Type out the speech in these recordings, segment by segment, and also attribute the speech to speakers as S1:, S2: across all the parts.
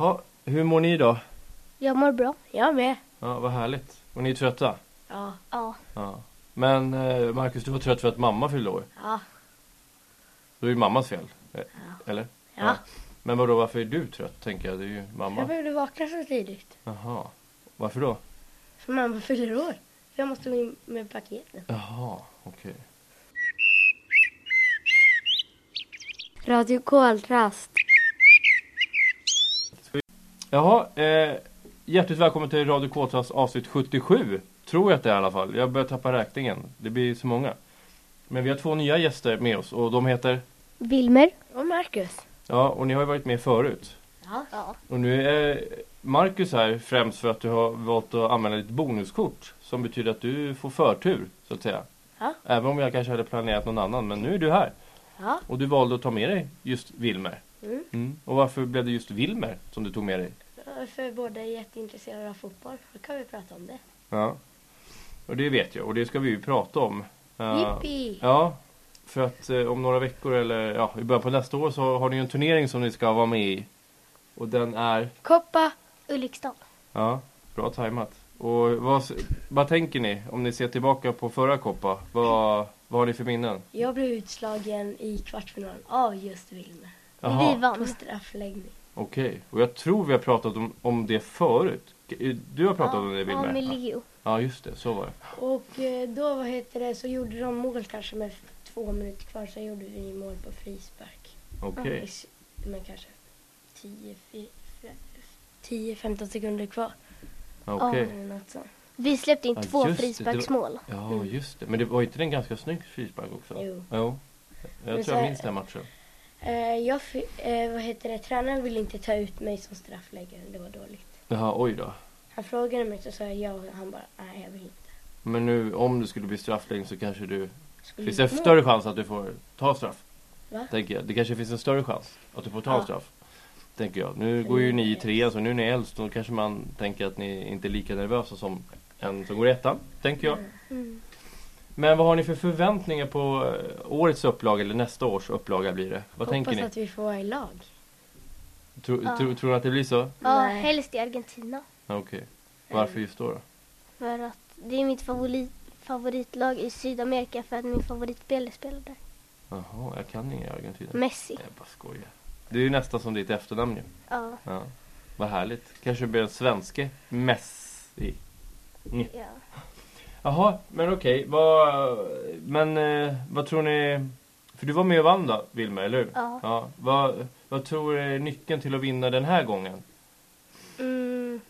S1: Ja, hur mår ni då?
S2: Jag mår bra. Jag med.
S1: Ja, vad härligt. Och ni är trötta?
S2: Ja. Ja.
S1: Ja. Men eh, Marcus, du var trött för att mamma fyllde år.
S2: Ja.
S1: Då är det mammas fel. Eh, Eller?
S2: Ja.
S1: Men vadå, varför är du trött, tänker jag? Det är ju
S2: Jag
S1: mamma.
S2: behövde vakna så tidigt.
S1: Jaha. Varför då?
S2: För mamma fyller år. För jag måste gå in med paketen.
S1: Jaha, okej.
S3: Radio Koltrast.
S1: Jaha, eh, hjärtligt välkommen till Radio Kåtas avsnitt 77. Tror jag att det är i alla fall. Jag börjar tappa räkningen. Det blir så många. Men vi har två nya gäster med oss och de heter?
S3: Wilmer.
S2: Och Marcus.
S1: Ja, och ni har ju varit med förut.
S2: Ja. ja.
S1: Och nu är Marcus här främst för att du har valt att använda ditt bonuskort som betyder att du får förtur, så att säga.
S2: Ja.
S1: Även om jag kanske hade planerat någon annan, men nu är du här.
S2: Ja.
S1: Och du valde att ta med dig just Wilmer.
S2: Mm.
S1: Och varför blev det just Wilmer som du tog med dig?
S2: För båda är jätteintresserade av fotboll. Då kan vi prata om det.
S1: Ja. Och det vet jag, och det ska vi ju prata om. Eh,
S2: Jippi!
S1: Ja, för att eh, om några veckor eller ja, i början på nästa år så har ni ju en turnering som ni ska vara med i. Och den är
S2: Koppa!
S3: Ulriksdal.
S1: Ja, bra tajmat. Och vad, vad tänker ni om ni ser tillbaka på förra Koppa? Vad, vad har ni för minnen?
S2: Jag blev utslagen i kvartsfinalen av just Wilmer.
S3: Vi
S1: Jaha,
S2: På
S3: vann.
S2: straffläggning.
S1: okej. Och jag tror vi har pratat om, om det förut. Du har pratat om det
S3: Ja, med
S1: Wilmer?
S3: Leo.
S1: Ja, just det. Så var det.
S2: Och eh, då, vad heter det, så gjorde de mål kanske med två minuter kvar. Så gjorde vi mål på frispark.
S1: Okej.
S2: Ish, Men kanske 10, fi- fe- 10-15 sekunder kvar. alltså.
S1: okej.
S2: Eller något sånt.
S3: Vi släppte in
S1: Ja,
S3: två
S1: just det, det var-
S3: frisparksmål.
S1: Ja, just det. Men det var inte den ganska snygg frispark också?
S2: Jo.
S1: Jag
S2: Men
S1: tror jag
S2: så-
S1: minns den matchen.
S2: Eh, jag, fi- eh, vad heter det, tränaren ville inte ta ut mig som straffläggare. Det var dåligt.
S1: Jaha, oj då.
S2: Han frågade mig så sa jag ja och han bara nej jag vill inte.
S1: Men nu om du skulle bli straffläggning så kanske du...
S2: Skulle
S1: Finns det
S2: du
S1: en
S2: få?
S1: större chans att du får ta straff?
S2: Mm. Va?
S1: Tänker jag. Det kanske finns en större chans att du får ta
S2: Ja. Mm.
S1: straff. Tänker jag. Nu går ju ni i trean så nu när ni är äldst då kanske man tänker att ni inte är lika nervösa som en som går i ettan. Tänker jag.
S2: Mm.
S1: Men vad har ni för förväntningar på eh, årets upplaga eller nästa års upplaga blir det? Vad tänker
S2: Hoppas
S1: ni?
S2: att vi får vara i lag.
S1: Tro,
S3: Ja.
S1: tro, tror ni att det blir så?
S3: Ja,
S2: Nej.
S3: helst i Argentina.
S1: Ja, Okej.
S2: Mm.
S1: Varför just då? då?
S3: För att det är mitt favori- favoritlag i Sydamerika för att min favoritspelare spelar där.
S1: Jaha, jag kan inga Argentina.
S3: Messi.
S1: Jag bara skojar. Det är ju nästan som ditt efternamn ju.
S3: Ja.
S1: Ja. Vad härligt. Kanske blir en svenske Messi.
S3: ja.
S1: Jaha, men okej. Vad, men eh, vad tror ni? För du var med och vann då, Wilma, eller hur?
S3: Ja.
S1: vad, vad tror du är nyckeln till att vinna den här gången?
S3: Mm,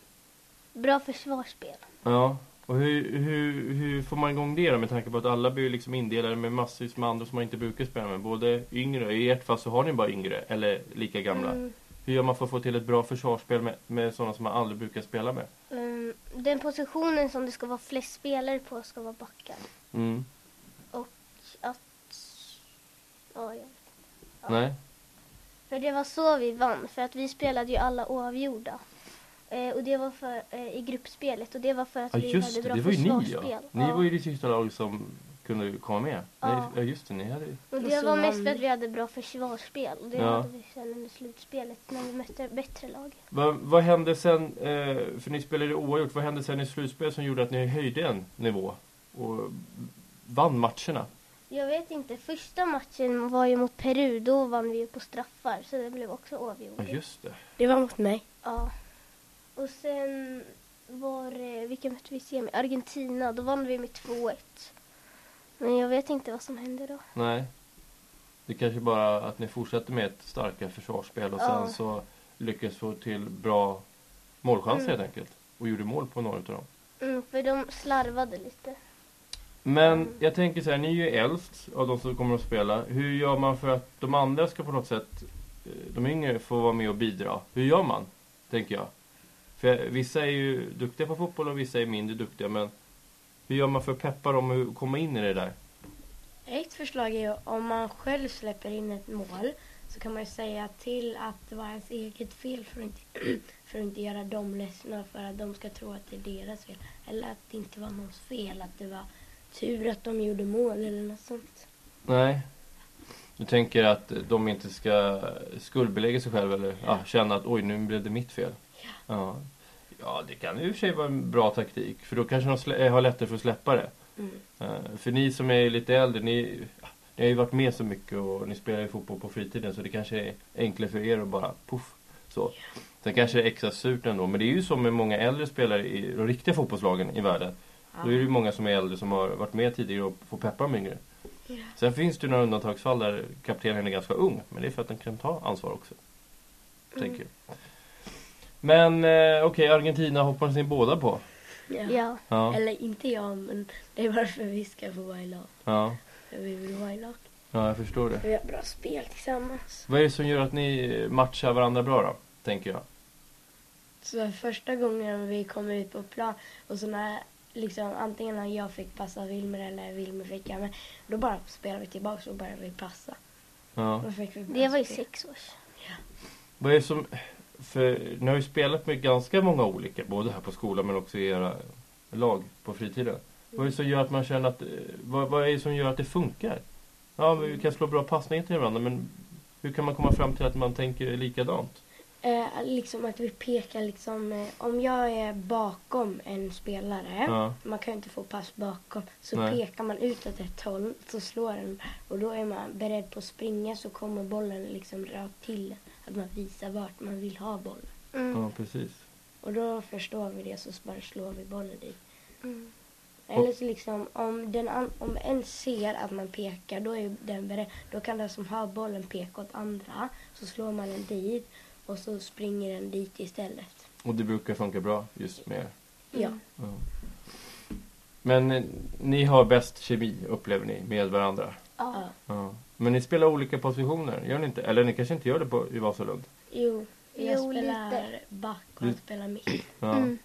S3: bra försvarsspel.
S1: Ja. Och hur, hur, hur får man igång det då med tanke på att alla blir liksom indelade med massvis med andra som man inte brukar spela med? Både yngre, i ert fall så har ni bara yngre, eller lika gamla.
S3: Mm,
S1: Hur gör man för att få till ett bra försvarsspel med, med sådana som man aldrig brukar spela med?
S3: mm, den positionen som det ska vara flest spelare på ska vara backar.
S1: Mm.
S3: Att... Ja, ja.
S1: Nej?
S3: För det var så vi vann, för att vi spelade ju alla oavgjorda. Eh, och det var för, eh, i gruppspelet och Alltså, det var för att
S1: Ja
S3: vi
S1: just det,
S3: hade bra
S1: det var ju ni
S3: försvarsspel.
S1: ja. Ni var ju det sista laget som kunde komma med. Nej,
S3: Ja.
S1: ja just det, ni hade ju...
S3: Och
S2: Och
S3: det
S2: så
S3: var mest
S2: vann
S3: för
S2: vi.
S3: att vi hade bra försvarsspel. Och det
S1: Ja.
S3: hade vi sen under slutspelet när vi mötte bättre lag.
S1: Vad, vad hände sen, eh, för ni spelade oavgjort, vad hände sen i slutspelet som gjorde att ni höjde en nivå? Och vann matcherna?
S3: Jag vet inte, första matchen var ju mot Peru, då vann vi ju på straffar så det blev också
S1: Ja
S3: oavgjort.
S1: just det.
S2: Det var mot mig.
S3: Ja. Och sen var det, vilka mötte vi i semi? Argentina, då vann vi med 2-1. Men jag vet inte vad som hände då.
S1: Nej. Det kanske bara att ni fortsätter med ett starkare försvarsspel och sen
S3: Ja.
S1: så lyckades få till bra målchanser
S3: Mm.
S1: helt enkelt. Och gjorde mål på några utav dem.
S3: Mm, för de slarvade lite.
S1: Men jag tänker så här, ni är ju äldst av de som kommer att spela. Hur gör man för att de andra ska på något sätt, eh, de yngre, får vara med och bidra? Hur gör man? Tänker jag. För vissa är ju duktiga på fotboll och vissa är mindre duktiga, men hur gör man för att peppa dem att komma in i det där?
S2: Ett förslag är ju om man själv släpper in ett mål så kan man ju säga till att det var ens eget fel för att inte, för att inte göra dem ledsna för att de ska tro att det är deras fel. Eller att det inte var någons fel, att det var tur att de gjorde mål eller något sånt.
S1: Nej. Du tänker att de inte ska skuldbelägga sig själva eller ja, känna att oj, nu blev det mitt fel. Ja. ja, det kan i och för sig vara en bra taktik för då kanske de slä- eh, har lättare för att släppa det.
S2: Mm.
S1: Eh, För ni som är lite äldre, ni, ja, ni har ju varit med så mycket och ni spelar ju fotboll på fritiden så det kanske är enklare för er att bara poff. Så. Sen kanske det är extra surt ändå, men det är ju så med många äldre spelare i de riktiga fotbollslagen i världen. Då är det ju många som är äldre som har varit med tidigare och får peppa de yngre.
S2: Ja.
S1: Sen finns det ju några undantagsfall där kaptenen är ganska ung. Men det är för att den kan ta ansvar också. Tänker jag. Men eh, okej, Argentina hoppades ni båda på.
S2: Ja.
S3: Ja.
S1: Ja.
S2: Eller inte jag, men det är varför vi ska få vara i lag.
S1: Ja.
S2: För vi vill vara i lag.
S1: ja, jag förstår det.
S2: Vi har bra spel tillsammans.
S1: Vad är det som gör att ni matchar varandra bra då? Tänker jag.
S2: Så första gången vi kom ut på plan och så när liksom antingen när jag fick passa Wilmer eller Wilmer fick jag men då bara spelade vi tillbaks och började vi passa.
S1: Ja.
S2: Då fick vi bra
S3: Det var ju
S2: spel.
S3: sex års.
S1: Vad är det som... För ni har ju spelat med ganska många olika. Både här på skolan men också i era lag på fritiden. Vad är det som gör att man känner att... eh, Vad, vad är det som gör att det funkar? Ja, men vi kan slå bra passningar till varandra men... Hur kan man komma fram till att man tänker likadant?
S2: Eh, liksom att vi pekar liksom, eh, om jag är bakom en spelare,
S1: Ja.
S2: man kan ju inte få pass bakom, så
S1: Nej.
S2: pekar man ut åt ett håll så slår den och då är man beredd på att springa så kommer bollen liksom rakt till en. Att man visar vart man vill ha bollen.
S3: Mm.
S1: Ja, precis.
S2: Och då förstår vi det så bara slår vi bollen dit.
S3: Mm.
S2: Eller så liksom om, den an- om en ser att man pekar då är ju den beredd. Då kan den som har bollen peka åt andra. Så slår man den dit och så springer den dit istället.
S1: Och det brukar funka bra just med er.
S3: Mm.
S2: Ja.
S1: Ja. Men eh, ni har bäst kemi, upplever ni, med varandra.
S2: ja.
S3: Ja.
S1: Ja. Men ni spelar olika positioner, gör ni inte? Eller ni kanske inte gör det på, i Vasalund?
S2: Jo, jag
S3: Jo,
S2: spelar
S3: lite.
S2: back och han
S1: Mm.
S2: spelar mitt.
S1: Ja.
S3: Mm.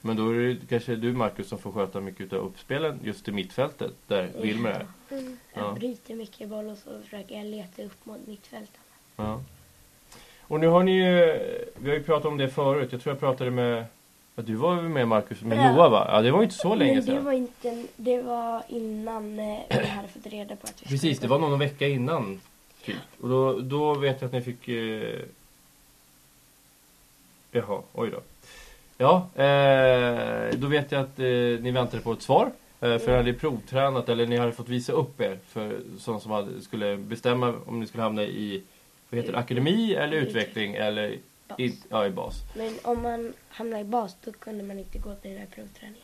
S1: Men då är det kanske du, Markus, som får sköta mycket av uppspelen just i mittfältet, där
S2: Ja.
S1: Wilmer är.
S3: Mm.
S1: Ja.
S2: Jag bryter mycket boll och så försöker jag leta upp mot mittfältarna.
S1: Ja. Och nu har ni ju, vi har ju pratat om det förut, jag tror jag pratade med, ja, du var väl med Markus, med
S2: Ja.
S1: Noah va? Ja, det var ju inte så länge
S2: Men det
S1: sedan.
S2: var, inte, det var innan eh, vi hade fått reda på att vi
S1: Precis, det
S2: skulle
S1: var
S2: gå.
S1: någon vecka innan. Typ. Och då, då vet jag att ni fick... Eh... Jaha, oj då. Ja, eh, då vet jag att eh, ni väntade på ett svar. Eh, för ni hade provtränat, eller ni hade fått visa upp er för sådana som hade, skulle bestämma om ni skulle hamna i vad heter det, akademi eller utveckling eller
S2: Bas.
S1: i, ja, i bas.
S2: Men om man hamnar i bas då kunde man inte gå till den här provträningen.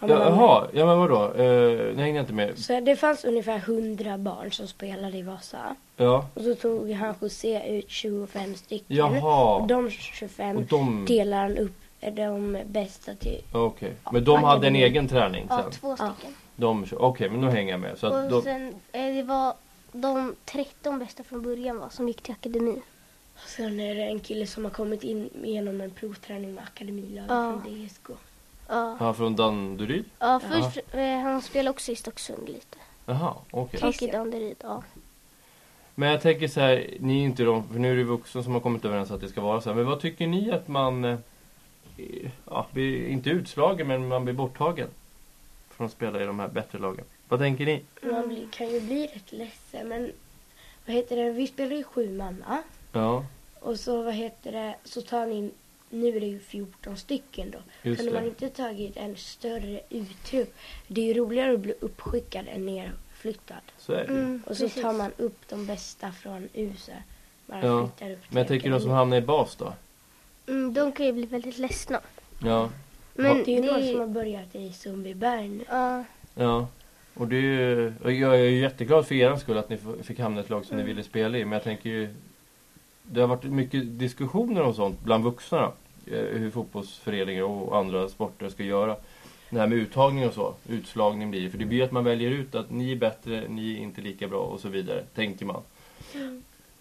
S2: Om man-
S1: Jaha, ja men vadå? Eh, ni hängde inte med?
S2: Så det fanns ungefär 100 barn som spelade i Vasa.
S1: Ja.
S2: Och så tog han José ut 25 stycken.
S1: Jaha. Mm.
S2: Och de 25
S1: Och de...
S2: delar han upp de bästa till.
S1: Okej. Men de hade en egen träning
S3: Ja,
S1: sen?
S3: två
S2: Ja.
S3: stycken.
S1: De kör. Okej, men då hänger jag med. Så att
S3: Och
S1: de,
S3: sen, eh, det var de 13 bästa från början var som gick till akademin.
S2: Och sen är det en kille som har kommit in genom en provträning med akademilaget
S3: Ja.
S2: från DSK.
S3: Ja.
S1: han från Danderyd?
S3: Ja, först, eh, han spelade också i Stocksund lite.
S1: Jaha, okej.
S3: Och i
S2: Christian.
S3: Danderyd, ja.
S1: Men jag tänker så här, ni är inte de, för nu är det vuxna som har kommit överens att det ska vara så här. Men vad tycker ni att man, eh, ja, blir inte utslagen men man blir borttagen? Från att spela i de här bättre lagen. Vad tänker ni?
S2: Man blir, kan ju bli rätt ledsen men vad heter det, vi spelar ju sju manna.
S1: Ja,
S2: Och så vad heter det, så tar ni in, nu är det ju 14 stycken då.
S1: just
S2: Kunde man
S1: det.
S2: inte tagit en större uttrupp? Det är ju roligare att bli uppskickad än nerflyttad.
S1: Så är det ju.
S2: Och så
S3: Mm, precis.
S2: tar man upp de bästa från USA. Bara
S1: Ja,
S2: flyttar upp
S1: Men jag
S2: till
S1: tänker de som
S2: akademi.
S1: hamnar i bas då?
S3: Mm, de kan ju bli väldigt ledsna.
S1: Ja,
S3: Men
S2: Mm, Det är ju de
S3: det-
S2: som har börjat i Sundbyberg nu.
S3: Ja,
S1: ja. Och det är ju, och jag är ju jätteglad för er skull att ni f- fick hamna i ett lag som ni ville spela i. Men jag tänker ju, det har varit mycket diskussioner om sånt bland vuxna. eh, Hur fotbollsföreningar och andra sporter ska göra. Det här med uttagning och så. Utslagning blir det. För det blir ju att man väljer ut att ni är bättre, ni är inte lika bra och så vidare. Tänker man. Eh,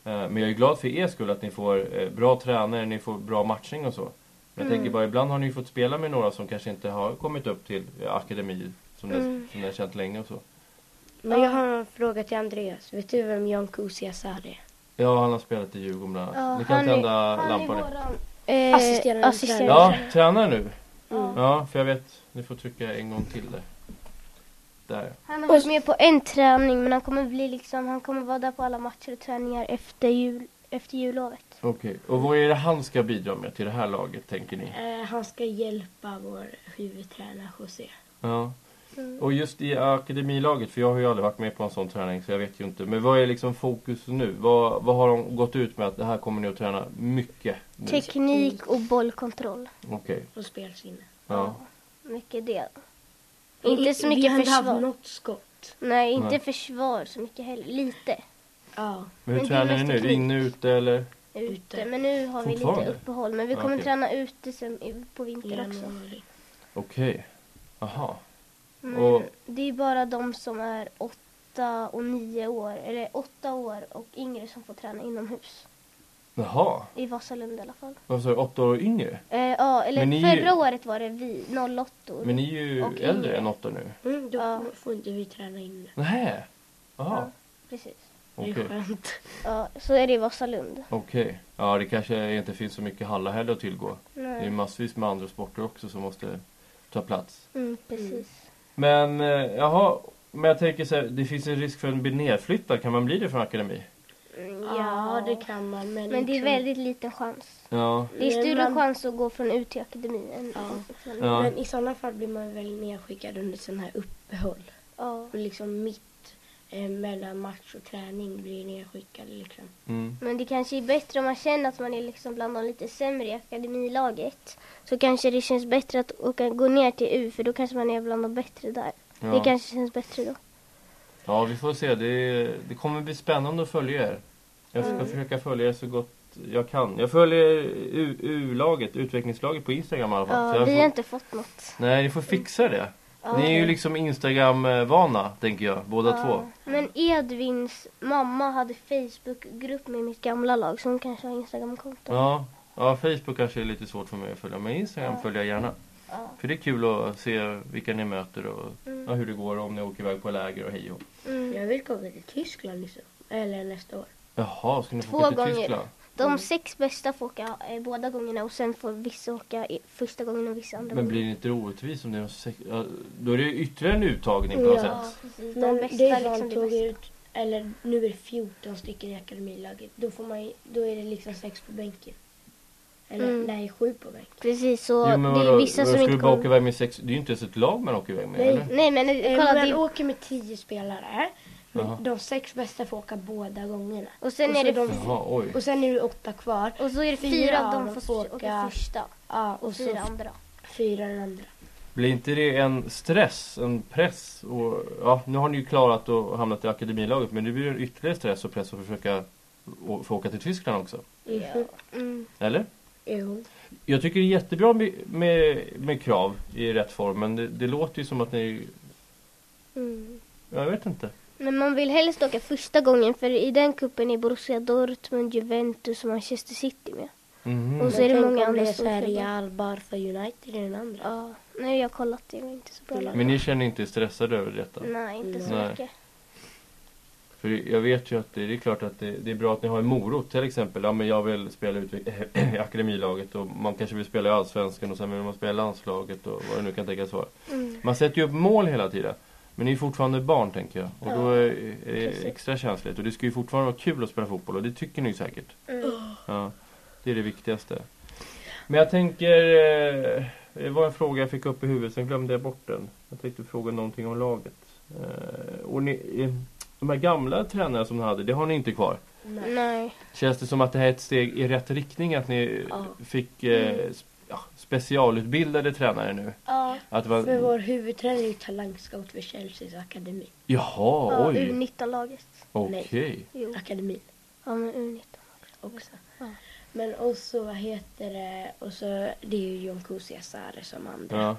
S1: Men jag är glad för er skull att ni får eh, bra tränare, ni får bra matchning och så. Men jag tänker bara, ibland har ni ju fått spela med några som kanske inte har kommit upp till eh, akademi som ni,
S3: Mm.
S1: som ni har känt länge och så.
S2: Men jag har en fråga till Andreas. Vet du vem Jan Kusiasar är?
S1: Ja, han har spelat i Djurgården bland annat.
S3: ja.
S1: Ni kan
S3: han
S1: tända
S3: är, han är
S1: lampan. nu.
S3: våran eh,
S2: Assisterande
S3: assisterande
S1: Ja,
S3: tränare.
S1: träna nu.
S2: Mm.
S1: Ja, för jag vet. Ni får trycka en gång till där. Där.
S3: Han har varit med på en träning men han kommer bli liksom, han kommer vara där på alla matcher och träningar efter, jul, efter jullovet.
S1: Okej. Och vad är det han ska bidra med till det här laget, tänker ni?
S2: Eh, han ska hjälpa vår huvudtränare José.
S1: Ja. Mm. Och just i akademilaget, för jag har ju aldrig varit med på en sån träning så jag vet ju inte. Men vad är liksom fokus nu? Vad, vad har de gått ut med att det här kommer ni att träna mycket? nu?
S3: Teknik och bollkontroll.
S1: Okej.
S2: Och spelsinne.
S1: Ja.
S3: Mycket det.
S2: Vi-
S3: Inte så
S2: Vi
S3: mycket
S2: har inte haft
S3: försvar.
S2: något skott.
S3: Nej, inte
S1: Nej.
S3: försvar så mycket heller. Lite
S2: Ja.
S1: Men hur
S3: Men det är
S1: tränar ni
S3: mest
S1: nu?
S3: teknik.
S1: Inne, ute eller?
S3: ute.
S2: Ute.
S3: Men nu har vi lite
S1: Fortfarande?
S3: uppehåll. Men vi
S1: Ja,
S3: kommer
S1: okej.
S3: träna ute sen i- på
S2: i
S3: vintern också.
S2: januari.
S1: Okej. Aha.
S3: Men
S1: Och-
S3: Mm, det är bara de som är åtta och nio år, eller åtta år och yngre som får träna inomhus.
S1: Jaha.
S3: I Vasalund i alla fall.
S1: Vad sa du? Åtta år yngre?
S3: Eh, ja, eller
S1: Men ni-
S3: förra året var det vi, 08 or.
S1: Men ni är ju
S3: Och yngre.
S1: äldre än åtta nu.
S2: Mm, då
S3: Ja.
S2: får inte vi träna in det.
S1: Nej. Aha.
S3: Precis.
S2: Det
S1: Okej.
S2: är skönt.
S3: Ja, så är det i Vasalund.
S1: Okej. Ja, det kanske inte finns så mycket hallar heller att tillgå. Det är
S3: Nej.
S1: massvis med andra sporter också som måste ta plats.
S3: Mm, precis.
S1: Men eh, jaha, men jag tänker så här, det finns en risk för att bli nedflyttad. Kan man bli det från akademi?
S3: Mm,
S2: Ja, det kan man. Men,
S3: Men det är
S2: liksom-
S3: väldigt liten chans.
S1: Ja.
S3: Det är
S2: Men
S3: större
S2: man-
S3: chans att gå från ut till akademin än
S2: Ja.
S3: ja.
S1: ja.
S2: Men i sådana fall blir man väl nedskickad under sådana här uppehåll.
S3: ja.
S2: Och liksom mitt eh, mellan match och träning blir nedskickad liksom.
S1: Mm.
S3: Men det kanske är bättre om man känner att man är liksom bland de lite sämre i akademilaget. Så kanske det känns bättre att åka, gå ner till U för då kanske man är bland de bättre där. Det
S1: Ja.
S3: kanske känns bättre då.
S1: ja, vi får se. Det, det kommer bli spännande att följa er. Jag ska
S2: Mm.
S1: försöka följa er så gott jag kan. Jag följer U- U-laget, utvecklingslaget på Instagram i alla fall. Så
S3: Ja,
S1: jag
S3: vi
S1: får...
S3: har inte fått något.
S1: Nej, ni får fixa det.
S3: Ja.
S1: Ni är ju liksom Instagram-vana, tänker jag, båda
S3: Ja.
S1: två.
S3: Men Edvins mamma hade Facebookgrupp med mitt gamla lag så hon kanske har Instagramkonto.
S1: Ja. ja, Facebook kanske är lite svårt för mig att följa, men Instagram
S3: Ja.
S1: följer jag gärna.
S3: Ja.
S1: För det är kul att se vilka ni möter och ja,
S3: Mm.
S1: hur det går om ni åker iväg på läger och hej och.
S3: Mm.
S2: Jag vill komma till Tyskland liksom. Eller nästa år.
S1: Jaha, ska ni få
S3: Två
S1: åka till
S3: gånger.
S1: Tyskland?
S3: De sex bästa får åka eh, båda gångerna och sen får vissa åka i, första gången och vissa andra
S1: Men blir det inte orättvist om det är de sex... ja, Då är det ju ytterligare en uttagning på något
S3: Ja,
S1: sätt.
S3: precis.
S2: Men
S3: De bästa
S2: det är
S3: liksom
S2: liksom
S3: det
S2: tog
S3: bästa.
S2: ut, eller nu är det 14 stycken i akademilaget. Då, får man, ju- då är det liksom sex på bänken. Eller
S3: Mm.
S2: nej, sju på bänken.
S3: Precis, så
S1: jo,
S3: det
S1: men
S3: är
S1: vadå,
S3: vissa som
S1: ska
S3: inte
S1: du bara
S3: kommer...
S1: åka iväg med sex? Det är ju inte ens ett lag man åker iväg med,
S2: Nej.
S1: eller?
S3: Nej men eh,
S2: Eh,
S3: kolla,
S2: man
S3: det...
S2: åker med tio spelare. Men
S1: Jaha.
S2: de sex bästa får åka båda gångerna.
S3: och sen
S2: och
S3: är
S2: så
S3: det
S2: de-
S1: Jaha, oj.
S2: Och sen är det åtta kvar.
S3: Och så är det fyra,
S2: fyra
S3: av dem
S2: av
S3: får
S2: dem
S3: stå- åka
S2: får åka
S3: första
S2: Ja,
S3: och
S2: och så
S3: fyra
S2: f-
S3: andra.
S2: fyra den andra.
S1: Blir inte det en stress, en press? Och, ja, nu har ni ju klarat och hamnat i akademilaget, men det blir ju en ytterligare stress och press att försöka å- få åka till Tyskland också.
S2: Mhm.
S3: Ja. Mm.
S1: Eller?
S2: Jo.
S1: Jag tycker det är jättebra med, med, med krav i rätt form, men det, det låter ju som att ni...
S3: Mm.
S1: Jag vet inte.
S3: Men man vill helst åka första gången för i den kuppen är Borussia Dortmund, Juventus och Manchester City med.
S1: Mhm.
S3: Och så är det
S2: Men
S3: många
S2: tänk om det
S3: andra
S2: är så här
S3: storklubbar.
S2: Real, Barca, United i den andra.
S3: Ja, nej jag har kollat det, jag är inte så bra lag.
S1: Men ni känner inte er stressade över detta?
S3: Nej, inte så
S1: Nej.
S3: mycket.
S1: För jag vet ju att det, det är klart att det, det är bra att ni har en morot till exempel. Ja men jag vill spela ut i akademilaget och man kanske vill spela i Allsvenskan och sen vill man spela i landslaget och vad det nu kan tänkas vara.
S3: Mm.
S1: Man sätter ju upp mål hela tiden. Men ni är fortfarande barn tänker jag. Och då
S3: Ja,
S1: är är det
S3: precis.
S1: extra känsligt. Och det ska ju fortfarande vara kul att spela fotboll och det tycker ni ju säkert.
S3: Mm.
S1: Ja, det är det viktigaste. Men jag tänker... eh, Det var en fråga jag fick upp i huvudet, sen glömde jag bort den. Jag tänkte fråga någonting om laget. Eh, Och ni, eh, de här gamla tränarna som ni hade, det har ni inte kvar.
S2: Nej.
S3: Nej.
S1: Känns det som att det här är ett steg i rätt riktning? Att ni
S2: Ja.
S1: fick eh, sp- ja, specialutbildade tränare nu?
S3: Ja,
S1: Att det
S2: För
S1: var,
S2: vår huvudtränare är ju talangscout för Chelseas akademi.
S1: jaha,
S3: ja
S1: oj.
S3: U19-laget.
S1: Okej.
S3: Jo,
S2: Akademin
S3: ja men U19.
S2: också.
S3: Ja.
S2: Men och så vad heter det, och så det är ju John Kusiasare som andra
S1: Ja.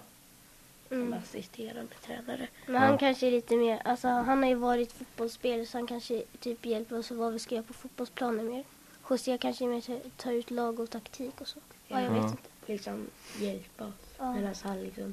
S2: som
S3: Mm.
S2: assisterande tränare.
S3: Men han
S1: Ja.
S3: kanske är lite mer, alltså han har ju varit fotbollsspelare så han kanske typ hjälper oss med vad vi ska göra på fotbollsplanen mer. José kanske är mer ta, ta ut lag och taktik och så. Ja, jag
S1: Ja.
S3: vet inte.
S2: Liksom hjälpa oss.
S3: Ja.
S2: Medan han liksom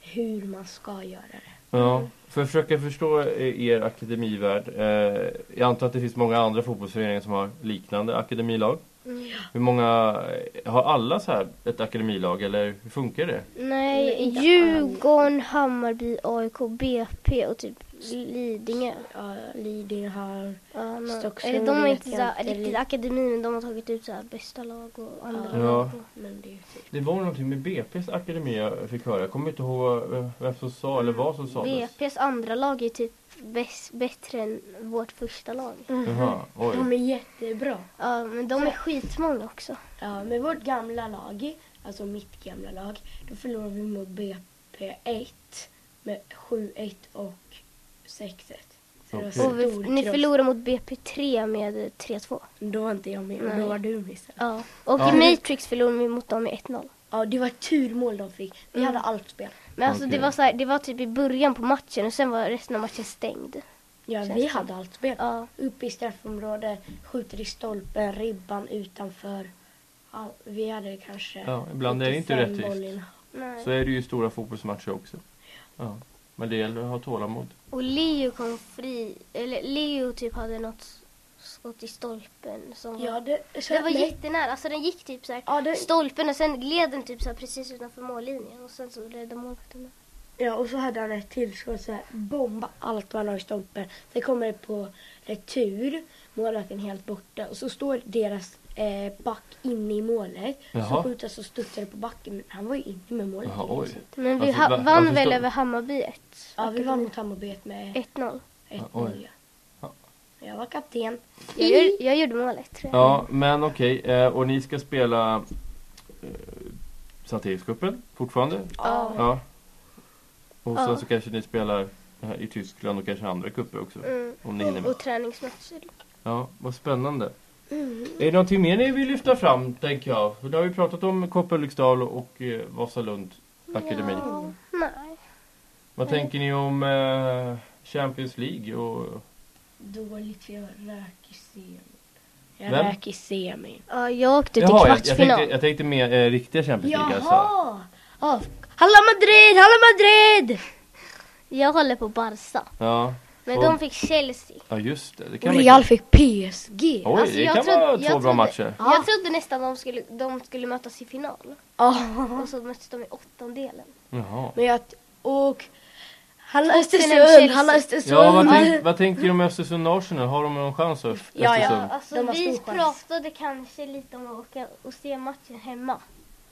S2: hur man ska göra det.
S1: Ja, för att försöka förstå eh, er akademivärld. Eh, jag antar att det finns många andra fotbollsföreningar som har liknande akademilag.
S3: Mm.
S1: Hur många, eh, har alla så här ett akademilag eller hur funkar det?
S3: Nej,
S2: inte
S3: Djurgården, Hammarby, AIK, BP och typ Lidingö.
S2: Ja, Lidingö har...
S3: Ja, men,
S2: Stocksund
S3: eller de har
S2: vet
S3: inte så
S2: jag
S3: här
S2: inte
S3: riktigt
S2: li-
S3: akademi men de har tagit ut så här bästa lag och andra
S2: Ja.
S3: lag. och-
S2: Men det är ju
S1: Det var någonting med BP's akademi jag fick höra. Jag kommer inte ihåg vem som sa eller vad som sades.
S3: BP's andra lag är typ bäst, bättre än vårt första lag.
S1: Jaha,
S2: De
S1: oj.
S2: är jättebra.
S3: Ja, men de är skitmånga också.
S2: Ja, med vårt gamla lag, alltså mitt gamla lag, då förlorade vi mot BP1 med 7-1 och 6-1. Så det var
S1: Okej.
S3: Och vi,
S2: stor
S3: ni
S2: kross.
S3: förlorade mot BP3 med eh, 3-2.
S2: Då var inte jag med, men
S3: Nej.
S2: då var du med istället.
S3: Ja. Och
S1: Ja.
S3: i Matrix förlorade vi mot dem med 1-0.
S2: Ja, det var ett turmål de fick. Vi
S3: Mm.
S2: hade allt spel.
S3: Men alltså
S1: Okej.
S3: det, var så här, det var typ i början på matchen och sen var resten av matchen stängd.
S2: Ja,
S3: Känns
S2: vi
S3: det.
S2: hade allt spel.
S3: Ja.
S2: Uppe i straffområdet, skjuter i stolpen, ribban utanför. Ja, vi hade kanske
S1: Ja, ibland är det inte
S2: 85
S1: rättvist.
S2: boll in.
S3: Nej.
S1: Så är det ju i stora fotbollsmatcher också. Ja. Men det gäller att ha tålamod.
S3: Och Leo kom fri, eller Leo typ hade något skott i stolpen som
S2: Ja,
S3: var...
S2: det, så,
S3: Det var
S2: nej.
S3: jättenära, alltså den gick typ så här,
S2: Ja, det-
S3: stolpen och sen gled den typ så här precis utanför mållinjen och sen så räddade målvakten den.
S2: Ja, och så hade han ett tillskott så här, bomba allt vad han har i stolpen. Sen kommer det på retur, målvakten är helt borta och så står deras eh, back inne i målet.
S1: Jaha.
S2: Så skjuter så studsar det på backen, men han var ju inne med målet.
S1: Jaha, oj.
S3: Men vi
S1: Varför-
S3: ha-
S1: va-
S3: vann
S1: varför
S3: väl
S1: stod-
S3: över Hammarby 1?
S2: Ja, vi vann mot Hammarby med 1-0.
S3: 1-0.
S1: Ja, oj. Ja.
S2: Jag var kapten.
S3: Jag, gör, jag gjorde målet tror jag.
S1: Ja, men okej. eh, Och ni ska spela eh, Santeringscupen fortfarande?
S3: Ja.
S1: Ja. Och sen
S3: Ja.
S1: så kanske ni spelar eh, i Tyskland och kanske andra cuper också.
S3: Mm.
S1: Om ni hinner med.
S3: Och träningsmatcher.
S1: Ja, vad spännande.
S3: Mm.
S1: Är det någonting mer ni vill lyfta fram, tänker jag? För då har vi pratat om Koppelriksdal och eh, Vasalund Akademi.
S3: Ja, nej.
S1: Vad tänker ni om eh, Champions League? Och,
S2: Dåligt för jag rök i semin. Jag
S1: Vem?
S2: rök i semin.
S3: Ja, jag åkte till
S1: Jaha, jag, jag,
S3: kvartsfinal.
S1: tänkte, jag tänkte mer eh, riktiga Champions League alltså.
S2: Jaha! Ja. Halla Madrid, halla Madrid!
S3: Jag håller på Barca.
S1: Ja.
S3: Men
S1: Och-
S3: de fick Chelsea.
S1: ja, just det. det kan
S2: Och
S1: man-
S2: Real fick PSG.
S1: Oj,
S3: Alltså,
S1: det
S3: jag
S1: kan
S3: trodde-
S1: vara
S3: jag
S1: två bra
S3: trodde-
S1: matcher.
S2: Ja.
S3: Jag trodde nästan de skulle, de skulle mötas i final.
S2: Ja.
S3: Och så möttes de i åttondelen.
S1: Jaha.
S2: Men jag... Och... Halla
S3: Chelsea.
S2: Östersund, halla Östersund!
S1: Ja, vad, tänk, vad tänker du om Östersund Arsenal? Har de någon chans Öf- Östersund?
S2: Ja, ja.
S3: Alltså,
S2: De har
S3: vi
S2: stor chans.
S3: pratade kanske lite om att åka och se matchen hemma.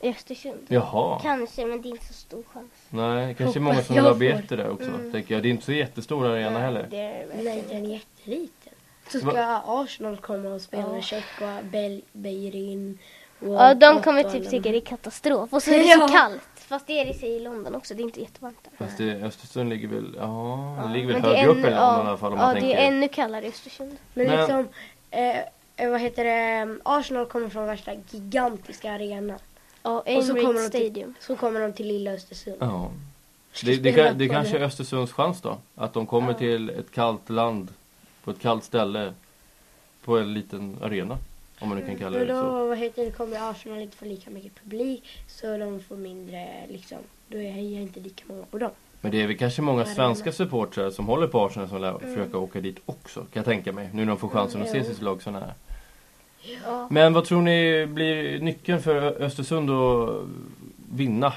S3: I Östersund.
S1: Jaha.
S3: Kanske, men det är inte så stor chans.
S1: Nej, kanske
S2: Hoppas
S1: många som
S2: jag
S1: vill
S2: får.
S1: arbeta där också.
S3: Mm.
S1: Tänker jag. Det är inte så jättestor arena heller.
S3: Det är det
S2: Nej,
S3: verkligen
S2: den är
S3: inte.
S2: jätteliten. Så
S1: Va-
S2: ska Arsenal komma och spela med Tjeckwa, Bel- Beirin... och
S3: Ja, de kommer
S2: Porto
S3: typ
S2: eller-
S3: tycka det är katastrof. Och så är det
S2: Ja.
S3: så kallt. Fast det är det i sig i London också. Det är inte jättevarmt där.
S1: Fast det, Östersund ligger väl, ja, det ligger väl
S3: Men det är
S1: högre upp än
S3: ännu-
S1: London i alla fall om
S3: ja,
S1: man
S3: det
S1: tänker.
S3: är ännu kallare i Östersund.
S2: Men
S1: Men-
S2: liksom... Eh, eh, vad heter det? Arsenal kommer från värsta gigantiska arenan.
S3: Ja,
S2: Och så kommer,
S3: Emirates
S2: de till,
S3: Stadium.
S2: så kommer de till lilla Östersund.
S1: Ja.
S2: Ska
S1: Det, det,
S2: spela
S1: kan, det
S2: på
S1: kanske är Östersunds chans då? Att de kommer till ett kallt land, på ett kallt ställe, på en liten arena. Om man nu kan kalla
S2: Men
S1: det
S2: då
S1: så.
S2: vad heter det, kommer Arsenal inte få lika mycket publik så de får mindre liksom. Då hejar jag inte lika många på dem.
S1: Men det är väl kanske många
S2: Arena.
S1: svenska supportrar som håller på Arsenal som lär försöka åka dit också, kan jag tänka mig. Nu när de får chansen att se
S2: jo.
S1: sitt lag så nära.
S3: Ja.
S1: Men vad tror ni blir nyckeln för Ö- Östersund att vinna?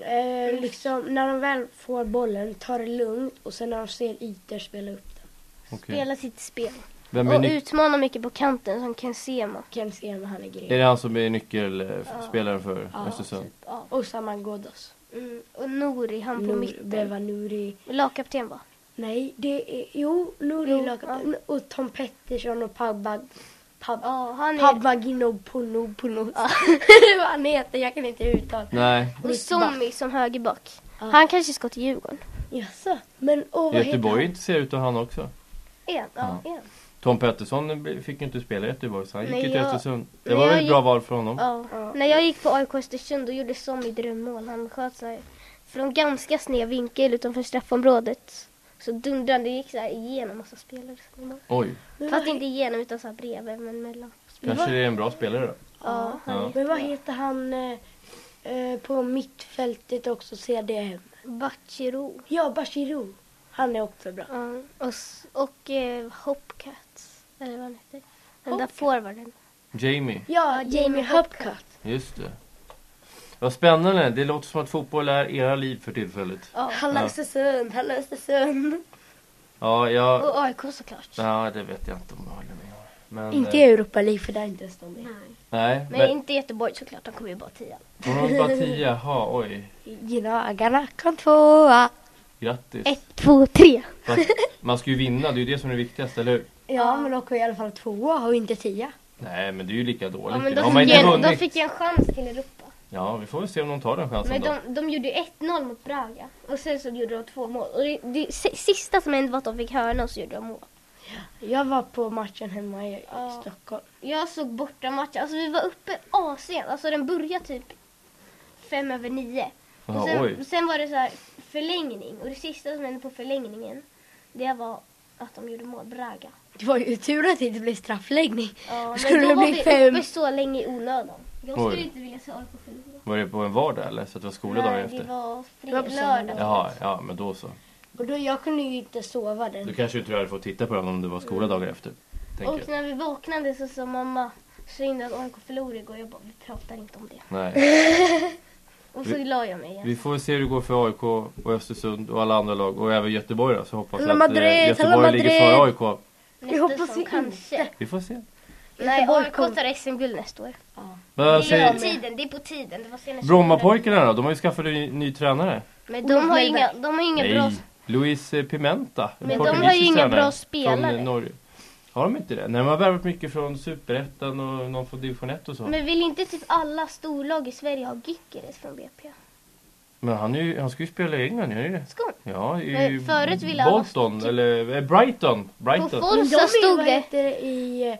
S2: Eh, liksom, när de väl får bollen, tar det lugnt och sen när de ser ytor, spela upp den.
S1: Okej.
S3: Spela sitt spel.
S1: Vem är,
S3: Och
S1: nyc-
S3: utmana mycket på kanten som kan se man.
S2: Kan se om han är grym.
S1: är det han som är nyckelspelaren för
S2: Ja,
S1: Östersund?
S3: Ja.
S2: Och Saman Ghoddos.
S3: Mm. Och Nori, han på
S2: Nour-
S3: mitten.
S2: Beva Nouri.
S3: Lagkapten va?
S2: Nej, det är... Jo, Nouri
S3: Jo,
S2: lagkapten. Och Tom Pettersson och Pabba... Pab,
S3: Ja, han är...
S2: Pabagino Pono Pono. Vad han heter, jag kan inte uttala.
S1: Nej,
S3: Och Sommi som högerback.
S2: Ja.
S3: Han kanske ska till Djurgården.
S2: Jaså? Men åh, vad
S1: Göteborg är
S2: heter
S1: intresserad utav han också.
S3: En, ja, en.
S1: Tom Pettersson fick ju inte spela i Göteborg så han gick
S3: Nej,
S1: ju till
S3: jag-
S1: Östersund. Det
S3: nej,
S1: var
S3: jag
S1: väl ett bra
S3: gick-
S1: val för honom.
S3: Ja.
S2: Ja.
S3: När jag gick på AIK Östersund då gjorde Sommi drömmål. Han sköt så här från ganska sned vinkel utanför straffområdet. Så dundrande, det gick så här igenom massa spelare.
S1: Oj,
S2: Men
S3: Fast
S2: vad,
S3: inte igenom utan så här bredvid men mellan.
S1: kanske det är en bra spelare då.
S3: Ja, han
S1: Ja.
S3: är
S2: men vad heter han eh, eh, på mittfältet också, CDM?
S3: Bachiro.
S2: Ja, Bashirou. Han är också bra.
S3: Ja. Och, s- och eh, Hopcats. Eller vad han heter. Den där
S2: Hopcats?
S3: forwarden.
S1: Jamie,
S2: Ja, Jamie Hubcott.
S1: just det. Vad spännande. Det låter som att fotboll är era liv för tillfället.
S3: Ja.
S2: Hallå
S1: Ja.
S2: Östersund, hallå Östersund.
S1: Ja, jag...
S3: Och AIK såklart.
S1: Ja, det vet jag inte om jag håller med om. Men,
S2: Inte
S1: eh,
S2: Europa League för där är inte Östersund med.
S3: Nej.
S1: Nej,
S3: Men,
S1: men...
S3: inte Göteborg såklart, de kommer ju bara tia.
S1: Hon var bara tio, jaha, oj.
S2: Gnagarna kom tvåa.
S1: Grattis.
S3: Ett, två, tre.
S1: Man, man ska ju vinna, det är ju det som är det viktigaste, eller hur?
S2: Ja, men då åker i alla fall tvåa och inte tia.
S1: Nej, men det är ju lika dåligt.
S3: Ja,
S1: Har
S3: men de,
S1: man
S3: fick
S1: inte
S3: ju, de
S1: vunnit...
S3: fick ju en chans till Europa.
S1: Ja, vi får väl se om de tar den chansen
S3: Men
S1: då.
S3: de, de gjorde ju 1-0 mot Braga och sen så gjorde de två mål. Och det, det si- sista som hände var att de fick hörna och så gjorde de mål.
S2: Jag var på matchen hemma i,
S3: Ja.
S2: i Stockholm.
S3: Jag såg borta matchen. Alltså vi var uppe asent. Alltså den började typ fem över nio.
S1: Ja,
S3: och sen,
S1: oj.
S3: sen var det så här förlängning och det sista som hände på förlängningen det var att de gjorde mål. Braga.
S2: Det var ju tur att det inte blev straffläggning.
S3: Ja, men
S2: Skulle
S3: då
S2: det
S3: var
S2: bli
S3: vi
S2: fem?
S3: uppe så länge i onödan. Jag
S1: Oj.
S3: skulle inte vilja se AIK förlora.
S1: Var det på en vardag eller? Så att det var skola dagen
S3: Nej,
S1: efter?
S3: det var
S2: Det var på
S3: fred-
S2: söndag.
S3: lördag.
S1: Jaha, ja men då så.
S2: Och då, jag kunde ju inte sova den.
S1: Du kanske inte hade fått titta på den om det var skola dagen efter. Tänker
S3: Och
S1: jag.
S3: när vi vaknade så sa mamma synd att AIK förlorade igår. Jag bara vi pratar inte om det.
S1: Nej.
S3: Och så
S1: Vi-
S3: la jag mig igen.
S1: Vi får se hur det går för AIK och Östersund och alla andra lag och även Göteborg då, så hoppas
S2: Alla
S1: jag att
S2: Madrid, alla
S1: eh, Göteborg ligger före
S2: Madrid.
S1: AIK.
S2: Jag hoppas vi inte.
S3: kanske.
S1: Vi får se.
S3: Nej,
S2: Göteborg
S3: AIK
S2: kommer.
S3: tar SM-guld nästa år.
S1: Vad
S3: det är
S1: säger
S3: på tiden, det är på tiden. Det var senast
S1: Brommapojkarna då? De har ju skaffat en ny, ny tränare.
S3: Men de har ju
S2: Olof
S3: inga, de har ju inga bra...
S1: Nej, Luis eh, Pimenta. en
S3: Men de
S1: portugisisk
S3: har ju inga
S1: tränare
S3: bra
S1: från, eh,
S3: spelare.
S1: Norge. Har de inte det? Nej, de har värvat mycket från Superettan och någon från Division 1 och så. Men,
S3: Men vill inte typ alla storlag i Sverige ha Gyökeres från BP?
S1: han, är ju, han ska ju spela i England, gör han ju det?
S3: Skål!
S1: Ja, i
S3: Men förut ville alla
S1: Bolton, eller eh, Brighton.
S3: På
S1: Brighton.
S2: Men
S3: Forza
S2: ju
S3: stod
S2: vad
S3: det...
S2: heter det i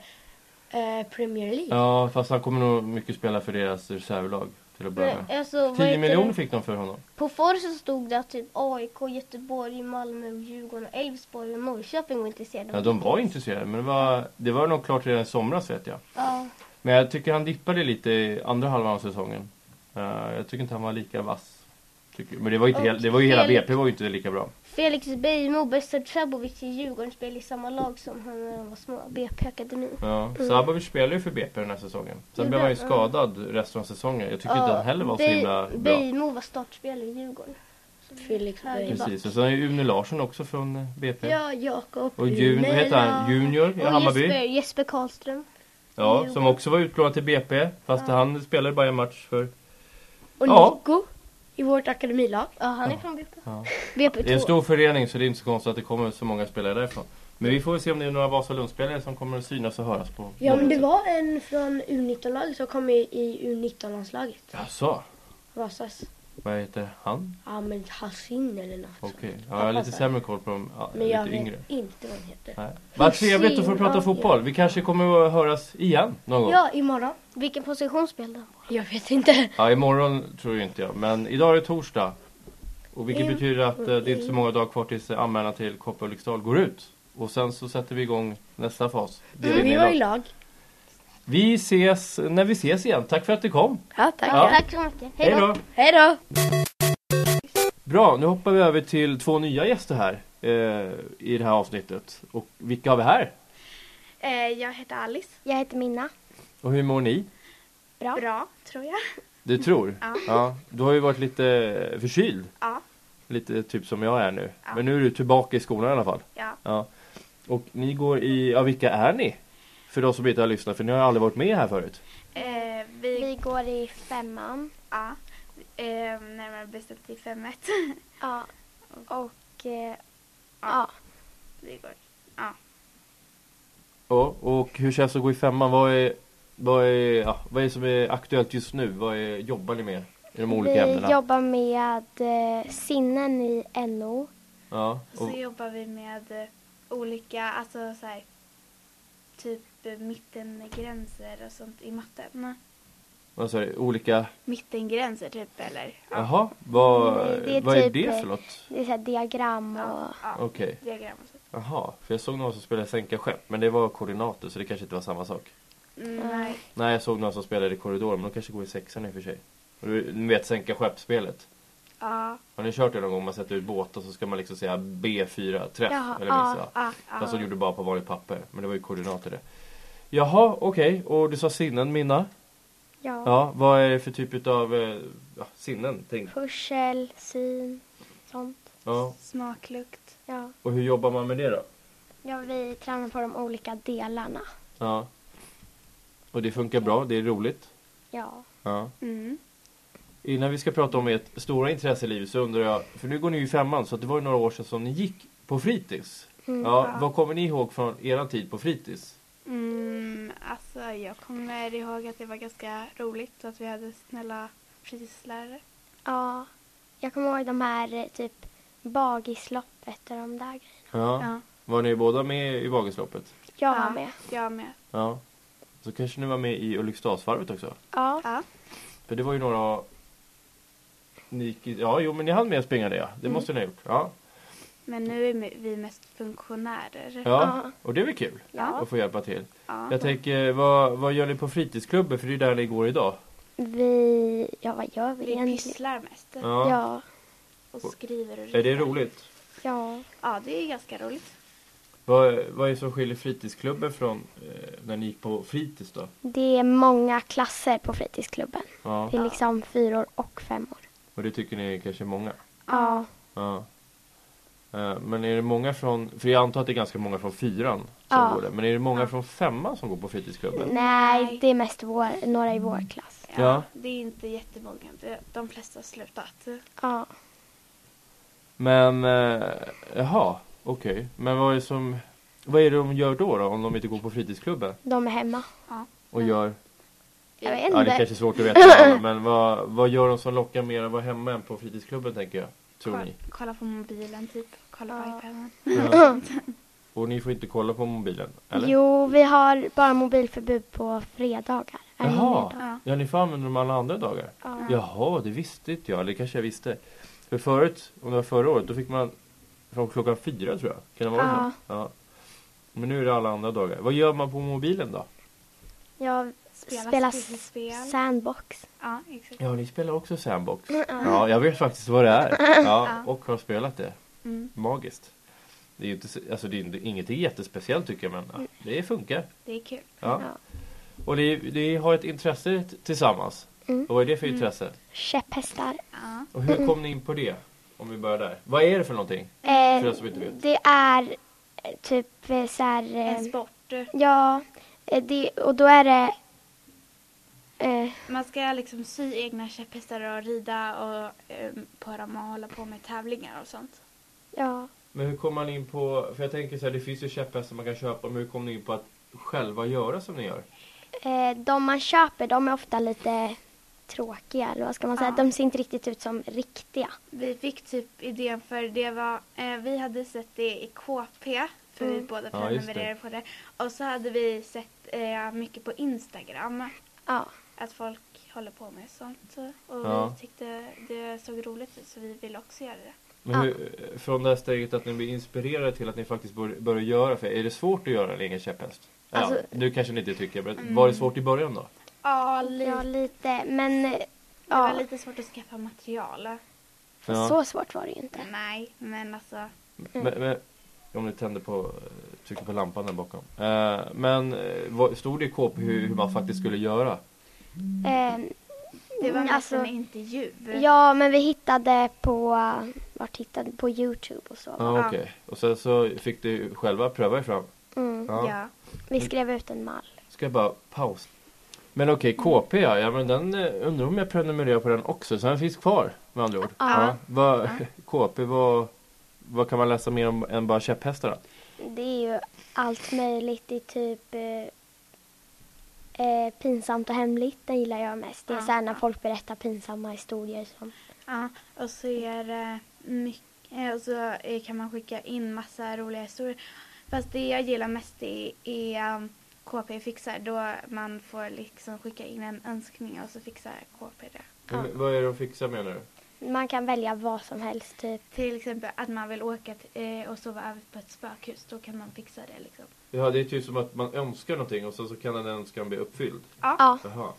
S2: eh, Premier League.
S1: Ja, fast han kommer nog mycket spela för deras reservlag till att börja med.
S3: Men, alltså, vad
S1: 10
S3: heter
S1: miljoner
S3: det?
S1: fick de för honom.
S3: På Forza stod det att typ AIK, Göteborg, Malmö, Djurgården, och Elfsborg och Norrköping var intresserade.
S1: Ja, de var intresserade, men det var, det var nog klart redan i somras vet jag.
S3: Ja.
S1: Men jag tycker han dippade lite i andra halvan av säsongen. Eh, jag tycker inte han var lika vass. Tycker, men det var, inte
S3: Och
S1: hel, det var ju hela
S3: Felix-
S1: BP var ju inte lika bra.
S3: Felix Beijmo, Besser Trabovic i Djurgården spelade i samma lag som han när de var små, BP Akademi.
S1: Ja.
S2: Mm.
S1: Sabovic spelade ju för BP den här säsongen. Sen
S3: Ja,
S1: blev han ju
S3: det-
S1: skadad resten av säsongen. Jag tycker inte han heller var så
S3: Bej-
S1: himla bra.
S3: Beijmo var startspelare i Djurgården.
S2: Felix
S3: Ja, det är
S2: Berg.
S3: bara-
S1: Precis, och sen är ju Une Larsson också från eh, BP.
S2: Ja, Jakob.
S1: Och jun, vad heter han?
S2: Jumela.
S1: Junior i
S3: Och
S1: Hammarby.
S3: Jesper, Jesper Karlström.
S1: Ja,
S3: Djurgården.
S1: som också var utlånad till BP. Fast han spelade bara en match för...
S2: Och
S1: Ja.
S2: Nico i vårt akademilag.
S3: Ja, han är
S1: Ja.
S3: från BP.
S1: Ja.
S3: BP2.
S1: Det är en stor förening så det är inte så konstigt att det kommer så många spelare därifrån. Men vi får väl se om det är några Vasalundsspelare som kommer att synas och höras på
S2: Ja, men
S1: något
S2: det
S1: sätt.
S2: var en från U19-laget som kom i, i U19-landslaget.
S1: Jaså?
S2: Vasas.
S1: Vad heter han?
S2: Ja, men Hassin eller något sånt.
S1: Okej, ja, jag har lite
S2: Pappa,
S1: sämre koll på de ja,
S2: Men jag
S1: lite
S2: vet
S1: yngre.
S2: inte vad han heter.
S1: Nej. Vad trevligt att få
S2: Hussein,
S1: prata
S2: ja.
S1: fotboll. Vi kanske kommer att höras igen någon gång.
S2: Ja, imorgon.
S3: Vilken position spelade han på?
S2: Jag vet inte.
S1: Ja, imorgon tror jag inte jag. Men idag är det torsdag. Och vilket
S2: Im-
S1: betyder att eh, det är inte så många dagar kvar tills eh, anmälan till Koppa Ulriksdal går ut. Och sen så sätter vi igång nästa fas. delning
S2: Vi
S1: i
S2: var
S1: lag.
S2: i lag.
S1: Vi ses när vi ses igen. Tack för att du kom.
S2: Ja, tack.
S1: Ja.
S3: Tack så mycket.
S1: Hej då.
S2: Hej då.
S1: Bra, nu hoppar vi över till två nya gäster här eh, i det här avsnittet. Och vilka har vi här?
S4: Eh, jag heter Alice.
S3: Jag heter Minna.
S1: Och hur mår ni?
S3: Bra.
S4: Bra, tror jag.
S1: Du tror? Ja. Du har ju varit lite förkyld.
S4: Ja.
S1: Lite typ som jag är nu.
S4: Ja.
S1: Men nu är du tillbaka i skolan i alla fall.
S4: Ja.
S1: Ja. Och ni går i, ja vilka är ni? För de som inte har lyssnat, för ni har aldrig varit med här förut.
S4: Eh, vi,
S3: går i femman.
S4: Ja. Eh, närmare bestämt i 5
S3: Ja. Och... eh,
S4: ja. Vi går.
S1: Ja, och hur känns det att gå i femman? Vad är, vad är, ja, vad är det som är aktuellt just nu? Vad är, jobbar ni med? I de olika ämnena?
S3: jobbar med eh, sinnen i NO.
S1: ja,
S4: Och
S1: och,
S4: så jobbar vi med eh, olika, alltså så här, typ eh, mittengränser och sånt i matten.
S1: vad sa du, olika
S4: Mittengränser typ eller? Ja.
S1: Jaha, vad,
S3: Nej, det är
S1: vad är
S3: typ-
S1: det för något?
S3: Det är så diagram
S4: Ja. ja.
S1: Okej,
S4: Diagram och sånt.
S1: jaha. För jag såg någon som spelade sänka skepp, men det var koordinater så det kanske inte var samma sak.
S4: Nej.
S1: Nej, jag såg någon som spelade i korridor, men de kanske går i sexan i och för sig. Och Du ni vet sänka skepp-spelet?
S4: Ja.
S1: Har ni kört det någon gång? Man sätter ut båtar så ska man liksom säga B4-träff.
S4: Jaha,
S1: eller minst,
S4: ja.
S1: ja.
S4: Ja.
S1: Fast de
S4: ja.
S1: gjorde det bara på vanligt papper, men det var ju koordinater det. Jaha, okej. Och du sa sinnen, Minna?
S3: Ja.
S1: Ja, vad är det för typ av ja, sinnen? Tänk.
S3: Hörsel, syn, sånt.
S1: Ja.
S4: Smaklukt.
S3: Ja.
S1: Och hur jobbar man med det då?
S3: ja, vi tränar på de olika delarna.
S1: Ja. Och det funkar bra, det är roligt.
S3: Ja.
S1: Ja.
S4: Mm.
S1: Innan vi ska prata om ert stora intresse i livet så undrar jag, för nu går ni ju i femman så att det var ju några år sedan som ni gick på fritids.
S3: Mm.
S1: Ja,
S4: Ja.
S1: vad kommer ni ihåg från er tid på fritids?
S4: Mm, alltså jag kommer ihåg att det var ganska roligt och att vi hade snälla fritidslärare.
S3: Ja. Jag kommer ihåg de här eh, typ bagisloppet och de där
S1: Ja.
S3: grejerna.
S1: Var ni båda med i Vagisloppet?
S3: Jag var
S4: Ja,
S3: med.
S4: Jag med.
S1: Ja. Så kanske ni var med i Ulriksdalsvarvet också?
S3: Ja.
S4: Ja.
S1: För det var ju några... Ni gick i... Ja, jo men ni hann med att springa det ja. Det måste ni ha gjort. Ja.
S4: Men nu är me- vi mest funktionärer.
S1: ja.
S3: Ja.
S1: Och det är väl kul
S4: Ja.
S1: att få hjälpa till.
S4: Ja.
S1: Jag tänker, vad, vad gör ni på fritidsklubben? För det är där ni går idag.
S3: Vi... Ja, vad gör vi,
S4: vi
S3: egentligen?
S4: pysslar mest
S1: Ja.
S3: Ja.
S4: och skriver och
S1: Är det
S4: ritar.
S1: roligt?
S3: Ja.
S4: Ja, det är ganska roligt.
S1: Vad, vad är det som skiljer fritidsklubben från eh, när ni gick på fritids då?
S3: Det är många klasser på fritidsklubben.
S1: Ja.
S3: Det är liksom fyror och femmor.
S1: Och det tycker ni är kanske är många?
S3: Ja.
S1: Ja. Eh, Men är det många från, för jag antar att det är ganska många från fyran som
S3: Ja.
S1: går där. Men är det många
S4: Ja.
S1: från femman som går på fritidsklubben?
S3: Nej, det är mest vår, några i vår klass.
S1: Ja.
S4: Det är inte jättemånga. Det- De flesta har slutat.
S3: Ja.
S1: Men, eh, jaha, okej. Men vad är det som, vad är det de gör då, då om de inte går på fritidsklubben?
S3: De är hemma.
S1: Och
S3: Mm.
S1: gör,
S3: Jag vet
S1: ja det
S3: inte.
S1: är kanske är svårt att veta men vad, vad gör de som lockar mer att vara hemma än på fritidsklubben tänker jag? Tror ni?
S4: Kolla, kolla på mobilen typ. Kolla på
S3: Ja.
S4: iPaden.
S1: Ja. Och ni får inte kolla på mobilen? Eller?
S3: Jo, vi har bara mobilförbud på fredagar. Eller
S1: Jaha.
S3: fredag.
S4: Ja.
S1: Ja, ni får använda dem alla andra dagar?
S3: Ja.
S1: Jaha, det visste inte jag. Eller kanske jag visste. För förut, om det var förra året, då fick man från klockan fyra tror jag. Kan det vara
S3: Ja.
S1: så? Ja. Men nu är det alla andra dagar. Vad gör man på mobilen då?
S3: Jag
S4: Spela,
S3: spelar
S4: spel.
S3: sandbox.
S4: Ja, exakt.
S1: Ja, ni spelar också Sandbox. Ja, jag vet faktiskt vad det är. Ja, och har spelat det.
S4: Mm.
S1: Magiskt. Det är ju inte, så- alltså det är inte- ingenting jättespeciellt tycker jag, men ja, det funkar.
S4: Det är kul.
S1: Ja.
S3: Mm. Ja.
S1: Och ni, ni har ett intresse t- tillsammans.
S3: Mm.
S1: Och vad är det för intresse?
S3: Käpphästar.
S4: Ja.
S1: Och hur kom ni in på det? Om vi börjar där. Vad är det för någonting?
S3: Eh,
S4: Mm.
S1: För den som inte vet.
S3: det är eh, typ eh, så här... eh,
S4: En sport.
S3: Ja, eh, det, och då är det... Eh,
S4: Man ska liksom sy egna käpphästar och rida och eh, på dem och hålla på med tävlingar och sånt.
S3: ja,
S1: Men hur kom man in på, för jag tänker så här, det finns ju käpphästar man kan köpa, men hur kom ni in på att själva göra som ni gör?
S3: eh, de man köper de är ofta lite tråkiga eller vad ska man säga.
S4: Ja.
S3: De ser inte riktigt ut som riktiga.
S4: Vi fick typ idén för det var, eh, vi hade sett det i KP för vi
S3: Mm.
S4: båda
S1: Ja, just
S4: prenumererade på det. Och så hade vi sett eh, mycket på Instagram
S3: Ja,
S4: att folk håller på med sånt. Och
S1: Ja.
S4: vi tyckte det såg roligt ut så vi ville också göra det.
S1: Men
S3: Ja.
S1: hur, från det här steget att ni blir inspirerade till att ni faktiskt bör, börjar göra, för är det svårt att göra en egen käpphäst? ja,
S3: Alltså-
S1: nu kanske ni inte tycker, men
S4: Mm.
S1: var det svårt i början då?
S4: Ja,
S3: ja
S4: lite.
S3: lite. Men eh,
S4: Det var
S3: ja,
S4: lite svårt att skaffa material.
S1: Ja.
S3: så svårt var det ju inte.
S4: Nej, men alltså.
S1: Men, men, om du tänder på, eh, trycker på lampan där bakom. Eh, men eh, vad- stod det i KP hur, hur man faktiskt skulle göra?
S4: Mm.
S3: Eh,
S4: Det var
S3: Mm,
S4: mest
S3: alltså-
S4: en intervju.
S3: ja, men vi hittade på... Vart hittade På Youtube och så.
S1: Ja, okej. Och sen så fick du själva pröva er fram?
S3: Mm.
S1: Ja.
S4: ja.
S3: Vi skrev ut en mall.
S1: Ska jag bara paus. Men okej,
S3: Mm.
S1: KP ja. ja men den eh, undrar om jag prenumererar på den också. Så den finns kvar med andra ord.
S3: Ja.
S1: Vad, KP, vad, vad kan man läsa mer om än bara käpphästarna?
S3: Det är ju allt möjligt. Det är typ eh, eh, pinsamt och hemligt. Den gillar jag mest. Det är
S4: Ja.
S3: så här när folk berättar pinsamma historier. Som,
S4: Ja, och så är det mycket, och så eh, kan man skicka in massa roliga historier. Fast det jag gillar mest är, är um, KP fixar, då man får liksom skicka in en önskning och så fixar KP det.
S3: Ja.
S1: Men Vad är det de fixar menar du?
S3: man kan välja vad som helst. Typ.
S4: Till exempel att man vill åka t- eh, och sova över på ett spökhus, då kan man fixa det liksom.
S1: Ja, det är typ som att man önskar någonting och sen så kan den önskan bli uppfylld.
S3: Ja,
S1: Jaha.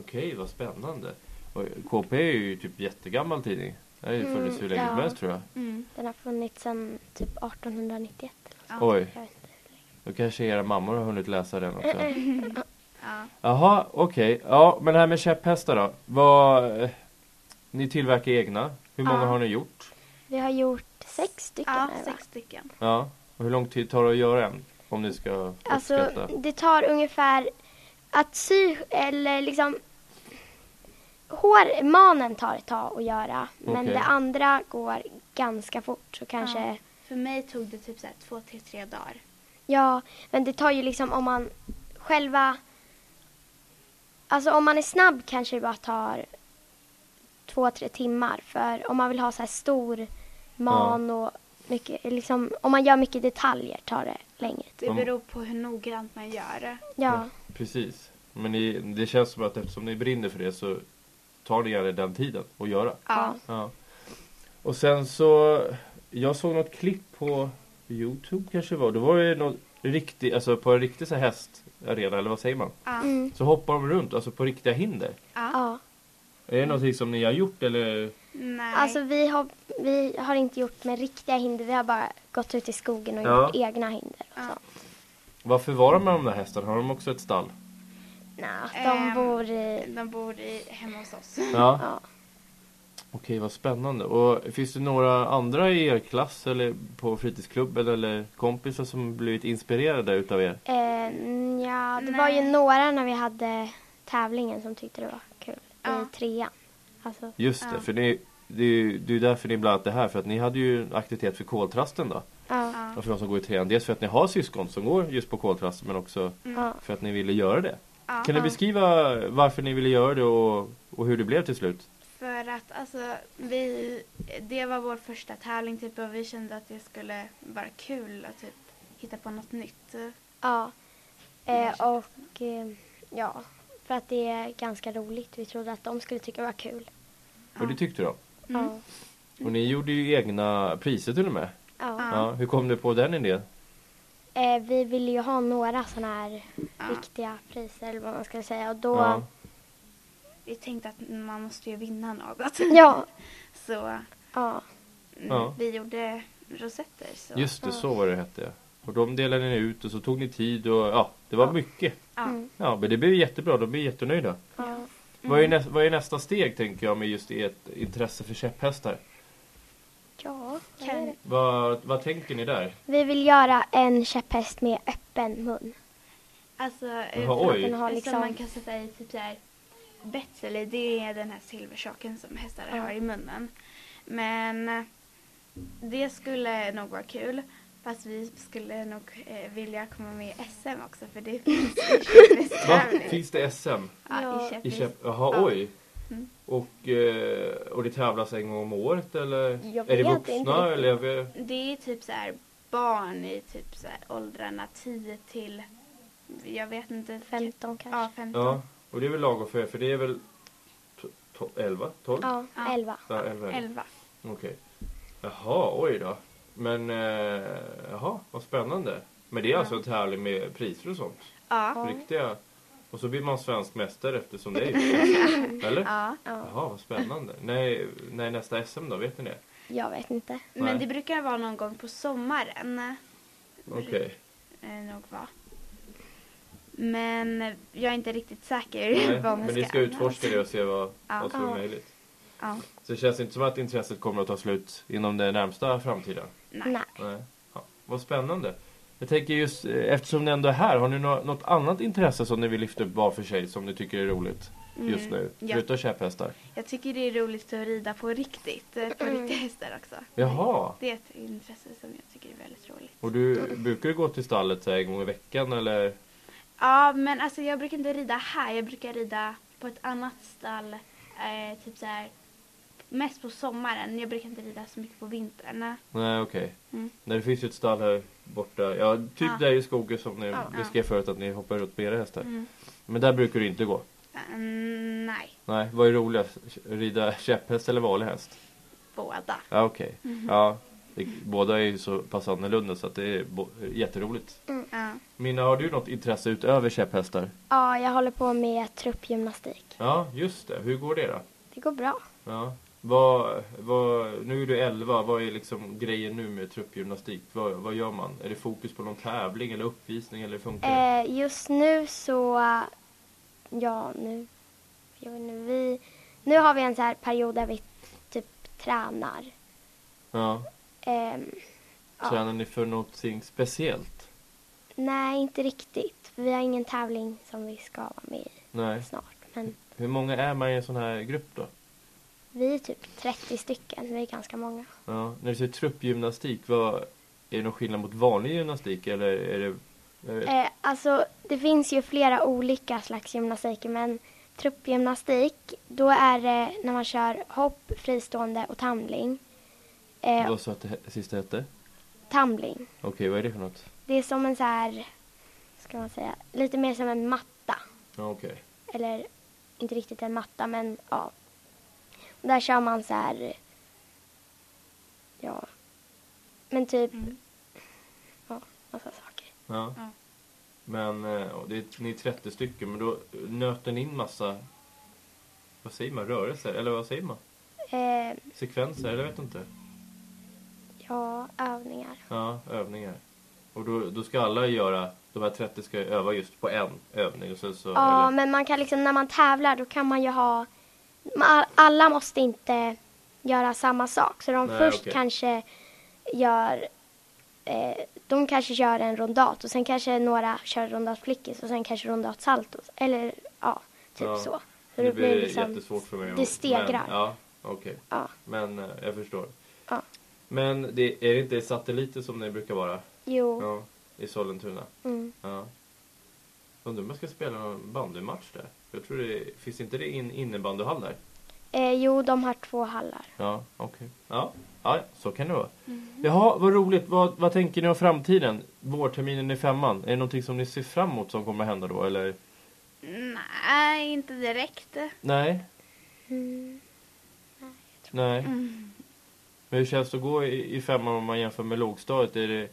S1: Okej, vad spännande. Och KP är ju typ jättegammal tidning. Den har ju funnits hur
S3: Mm,
S1: länge som
S3: ja.
S1: helst tror jag.
S4: Mm.
S3: den har funnits sedan typ 1891.
S4: Ja.
S1: Oj.
S3: Jag vet inte. hur länge.
S1: Då kanske era mammor har hunnit läsa den också.
S4: Ja.
S1: Jaha, okej. Ja, men det här med käpphästar då. Vad, eh, ni tillverkar egna. Hur många
S4: Ja.
S1: har ni gjort?
S3: Vi har gjort sex stycken.
S4: ja,
S3: här, va?
S4: sex stycken.
S1: Ja. Och hur lång tid tar det att göra en? Om ni ska
S3: Alltså,
S1: uppskatta.
S3: det tar ungefär att sy eller liksom hår, manen tar ett tag att göra men
S1: Okej.
S3: det andra går ganska fort så kanske ja.
S4: För mig tog det typ så här två till tre dagar.
S3: men det tar ju liksom om man själva alltså om man är snabb kanske det bara tar två, tre timmar för om man vill ha så här stor man och mycket, liksom om man gör mycket detaljer tar det längre tid.
S4: Det
S1: Mm.
S4: beror på hur noggrant man gör det.
S3: Ja,
S1: Precis. Men ni, det känns som att eftersom ni brinner för det så tar ni gärna den tiden att göra.
S4: Ja.
S1: Ja. Och sen så, jag såg något klipp på Youtube kanske det var. Det var ju något riktigt, alltså på en riktig så här hästarena eller vad säger man?
S4: Ja.
S3: Mm.
S1: Så hoppar de runt, alltså på riktiga hinder.
S4: ja.
S3: ja.
S1: Är det någonting som ni har gjort eller?
S4: Nej.
S3: Alltså vi har, vi har inte gjort med riktiga hinder, vi har bara gått ut i skogen och
S1: Ja.
S3: gjort egna hinder. Och
S4: Ja.
S3: så.
S1: Vad förvarar man de där hästarna? Har de också ett stall?
S3: Nja, de
S4: Ehm.
S3: bor i...
S4: De bor i, hemma hos oss.
S1: Ja.
S3: Ja.
S1: Okej, vad spännande. Och finns det några andra i er klass eller på fritidsklubben eller kompisar som blivit inspirerade utav er?
S3: Ehm, ja, det var ju
S4: Nej.
S3: några när vi hade tävlingen som tyckte det var kul
S4: Ja.
S3: i trean. Alltså,
S1: Just det,
S4: Ja.
S1: för ni, det är ju det är ju därför ni bland annat är här. För att ni hade ju en aktivitet för koltrasten då.
S3: ja, ja.
S4: Ja.
S1: Och för de som går i trean. Dels för att ni har syskon som går just på koltrasten men också
S3: Mm.
S1: för att ni ville göra det.
S4: Ja.
S1: Kan ni
S3: Ja.
S1: beskriva varför ni ville göra det och, och hur det blev till slut?
S4: För att alltså vi, det var vår första tävling typ och vi kände att det skulle vara kul att typ hitta på något nytt.
S3: ja. Eh, och eh, ja, för att det är ganska roligt. Vi trodde att de skulle tycka det var kul.
S1: Och det tyckte de.
S3: Ja.
S1: Och ni gjorde ju egna priser till och med.
S3: Ja.
S4: Ja.
S1: Ja, hur kom du på den idén?
S3: Eh, vi ville ju ha några sådana här
S4: Ja.
S3: viktiga priser eller vad man ska säga och då
S1: Ja.
S4: Vi tänkte att man måste ju vinna något.
S3: Ja,
S4: Så mm,
S3: ja,
S1: Ja.
S4: vi gjorde rosetter. Så.
S1: Just det,
S3: Ja.
S1: så var det hette ja. Och de delade ni ut och så tog ni tid och ja, det var
S3: Ja.
S1: mycket.
S4: Ja.
S3: Mm.
S1: Ja, men det blev jättebra, de blev jättenöjda.
S3: ja.
S1: Vad, är nästa, vad är nästa steg tänker jag med just ert intresse för käpphästar?
S3: ja. vad är
S4: Kan,
S3: det?
S1: Vad, vad tänker ni där?
S3: Vi vill göra en käpphäst med öppen mun.
S4: alltså,
S1: Jaha, oj.
S3: Den har
S4: Som
S3: liksom-
S4: Alltså, man kan sätta i typ så här betsel i. Det är den här silversaken som hästar
S3: Ja.
S4: har i munnen. Men eh, det skulle nog vara kul. Fast vi skulle nog eh, vilja komma med i SM också för det finns i
S1: Va?
S4: Köpingstävling.
S1: Finns det SM?
S4: Ja, i
S1: I
S4: Köping.
S1: Käpp... Jaha,
S4: Ja.
S1: oj.
S4: Mm.
S1: Och, eh, och det tävlas en gång om året eller?
S3: Jag
S1: är det
S3: vet
S1: vuxna
S3: inte riktigt.
S1: eller? Jag vet...
S4: Det är typ så här barn i typ så här åldrarna 10 till jag vet inte.
S3: 15 kanske.
S4: Ja,
S3: Ja,
S4: 15.
S1: Ja, och det är väl lagom för er för det är väl to- to- 11? 12?
S4: Ja.
S3: 11.
S1: Ja, 11.
S4: 11.
S1: Okej. Jaha, oj då. Men, eh, jaha, vad spännande. Men det är alltså en tävling med priser och sånt?
S4: Ja.
S1: Riktiga? Och så blir man svensk mästare eftersom det är ju Eller?
S4: ja.
S1: Jaha, vad spännande. Nej, nej, nästa SM då, vet ni det?
S3: Jag vet inte.
S1: Nej.
S4: Men det brukar vara någon gång på sommaren.
S1: Okej.
S4: eh, nog vara. Men jag är inte riktigt
S1: Nej,
S4: säker vad man
S1: Men
S4: ska
S1: ni ska utforska det och se vad,
S4: Ja.
S1: vad som är
S3: Ja.
S1: möjligt.
S4: Ja.
S1: Så det känns inte som att intresset kommer att ta slut inom den närmsta framtiden?
S4: Nej.
S3: Nej.
S1: Nej. Ja, vad spännande. Jag tänker just eh, eftersom ni ändå är här, har ni nå- något annat intresse som ni vill lyfta upp var för sig som ni tycker är roligt just nu?
S4: Mm. Ja.
S1: Förutom käpphästar?
S4: Jag tycker det är roligt att rida på riktigt. eh, På riktiga hästar också.
S1: Jaha!
S4: Det är ett intresse som jag tycker är väldigt roligt.
S1: Och du
S4: Mm.
S1: brukar du gå till stallet så här, en gång i veckan eller?
S4: Ja, men alltså jag brukar inte rida här. Jag brukar rida på ett annat stall. Eh, typ så här, mest på sommaren. Jag brukar inte rida så mycket på vintern.
S1: Nej okej.
S4: Mm.
S1: Nej det finns ju ett stall här borta, ja typ
S4: Ja.
S1: där i skogen som ni
S4: Ja.
S1: beskrev förut att ni hoppar runt med era hästar.
S4: Mm.
S1: Men där brukar du inte gå?
S4: Eh, nej,
S1: Nej, vad är roligast? Rida käpphäst eller vanlig häst?
S4: båda.
S1: Ja, okej.
S3: Mm-hmm.
S1: Ja, det, båda är ju så pass annorlunda så att det är bo- jätteroligt.
S4: Ja.
S1: Minna, har du något intresse utöver käpphästar?
S3: Ja, jag håller på med truppgymnastik.
S1: Ja, just det. Hur går det då?
S3: Det går bra.
S1: Ja. Vad, vad, nu är du 11, vad är liksom grejen nu med truppgymnastik? Vad, vad gör man? Är det fokus på någon tävling eller uppvisning eller hur funkar det?
S3: Eh, just nu så, ja nu, jag vet inte, vi, nu har vi en så här period där vi typ tränar.
S1: Ja.
S3: Ehm, ja.
S1: Tränar ni för någonting speciellt?
S3: Nej, inte riktigt. Vi har ingen tävling som vi ska vara med i
S1: Nej.
S3: snart. Men
S1: Hur många är man i en sån här grupp då?
S3: vi är typ 30 stycken, vi är ganska många.
S1: Ja. När du säger truppgymnastik, vad, är det någon skillnad mot vanlig gymnastik eller är det... Jag vet.
S3: Eh, alltså, det finns ju flera olika slags gymnastik, men truppgymnastik, då är det när man kör hopp, fristående och tamling. Eh,
S1: Vad sa att det he- sista hette?
S3: tamling,
S1: Okej, vad är det för något?
S3: det är som en så här, ska man säga, lite mer som en matta.
S1: Ja, okej.
S3: Eller inte riktigt en matta, men ja. Och där kör man så här, ja, men typ,
S4: Mm.
S3: ja, massa saker.
S1: Ja.
S4: Ja.
S1: Men eh, och det är, ni är 30 stycken, men då nöter ni in massa... Vad säger man? Rörelser? Eller vad säger man?
S3: Eh,
S1: Sekvenser? Eller jag vet inte.
S3: ja, övningar.
S1: Ja, övningar. Och då, då ska alla göra... De här 30 ska öva just på en övning och sen så...
S3: Ja,
S1: eller,
S3: men man kan liksom, när man tävlar då kan man ju ha, ma- alla måste inte göra samma sak. Så de
S1: Nej,
S3: först
S1: okej.
S3: kanske gör, eh, de kanske kör en rondat och sen kanske några kör rondat flickis och sen kanske rondat saltos. Eller ja, typ
S1: Ja,
S3: så. Så
S1: det, blir jättesvårt för mig
S3: liksom det
S1: att- men-
S3: stegrar.
S1: Ja, okej.
S3: Ja,
S1: Men eh, jag förstår.
S3: Ja.
S1: Men det, är det inte satelliter som ni brukar vara?
S3: jo.
S1: Ja, i Sollentuna?
S3: Mm.
S1: Ja. Undrar om jag ska spela någon bandymatch där? Jag tror det finns inte det in, innebandyhall där?
S3: Eh, jo, de har två hallar.
S1: Ja, okej. Ja. ja, så kan det vara.
S3: Mm.
S1: Jaha, vad roligt. Vad, vad tänker ni om framtiden? Vårterminen i femman. Är det någonting som ni ser fram emot som kommer att hända då, eller?
S4: Nej, inte direkt.
S1: Nej?
S3: Mm.
S1: Nej.
S4: Mm.
S1: Men hur känns det att gå i, i femman om man jämför med lågstadiet? Är det,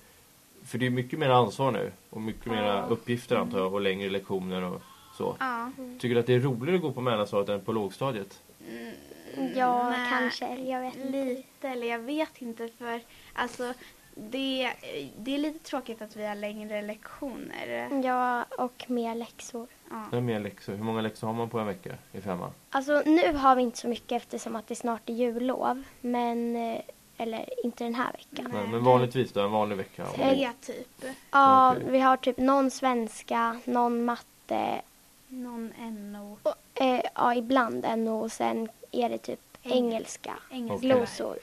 S1: för det är mycket mer ansvar nu och mycket mer uppgifter antar jag och längre lektioner och så.
S4: Ja.
S1: Tycker du att det är roligare att gå på mellanstadiet än på lågstadiet?
S3: Ja,
S4: Nej.
S3: kanske. Eller jag vet inte.
S4: Lite, eller jag vet inte för alltså det, det är lite tråkigt att vi har längre lektioner.
S3: Ja, och mer läxor.
S4: Ja.
S1: Det är mer läxor. Hur många läxor har man på en vecka i femman?
S3: Alltså nu har vi inte så mycket eftersom att det snart är jullov. Men, eh, eller inte den här veckan.
S1: Nej, men vanligtvis då, en vanlig vecka? om-
S4: Tre typ.
S3: Ja,
S1: Okej.
S3: vi har typ någon svenska, någon matte.
S4: Någon NO.
S3: Och, eh, ja, ibland NO och sen är det typ engelska.
S4: Engelska,
S1: Okej.
S4: var,
S3: Glosor.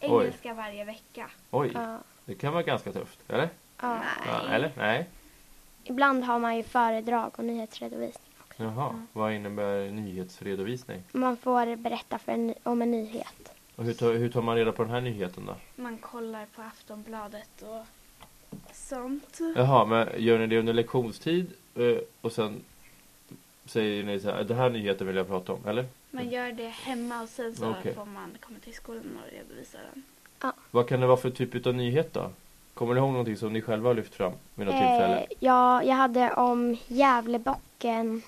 S4: engelska varje vecka.
S1: Oj,
S3: Ja,
S1: det kan vara ganska tufft. Eller?
S3: ja.
S1: Ja, eller? Nej.
S3: Ibland har man ju föredrag och nyhetsredovisning.
S1: Jaha, vad innebär nyhetsredovisning?
S3: Man får berätta för en, ny- om en nyhet.
S1: Och hur tar, hur tar man reda på den här nyheten då?
S4: Man kollar på Aftonbladet och sånt.
S1: Jaha, men gör ni det under lektionstid eh, och sen säger ni så här, det här nyheten vill jag prata om, eller?
S4: Man gör det hemma och sen så
S1: Okej.
S4: får man komma till skolan och redovisa den.
S1: Vad kan det vara för typ av nyhet då? Kommer ni ihåg någonting som ni själva har lyft fram vid något tillfälle?
S3: Eh, ja, jag hade om Gävlebocken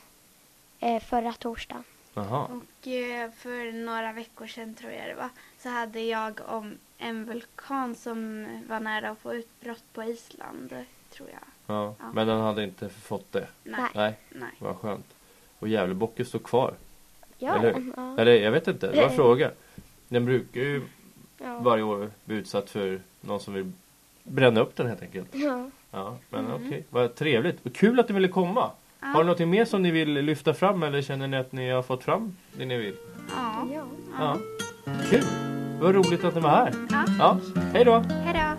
S3: eh, förra torsdagen.
S1: Jaha,
S4: Och eh, för några veckor sedan tror jag det var så hade jag om en vulkan som var nära att få utbrott på Island tror jag.
S1: ja.
S4: Ja.
S1: men den hade inte fått det.
S4: Nej,
S3: Nej.
S4: nej.
S1: Nej, vad skönt. Och Gävlebocken står kvar.
S3: Ja,
S1: Eller-
S3: ja.
S1: Eller jag vet inte, det var en
S3: Eh.
S1: fråga. Den brukar ju
S3: Ja.
S1: varje år bli utsatt för någon som vill bränna upp den helt enkelt.
S3: Ja.
S1: Ja, men okej. Vad trevligt. Och kul att ni ville komma.
S4: Ja.
S1: Har ni något mer som ni vill lyfta fram eller känner ni att ni har fått fram det ni vill?
S4: Ja.
S3: ja.
S1: Ja. Kul. Vad roligt att ni var här.
S4: Ja.
S1: Ja. Hej då.
S4: Hej då!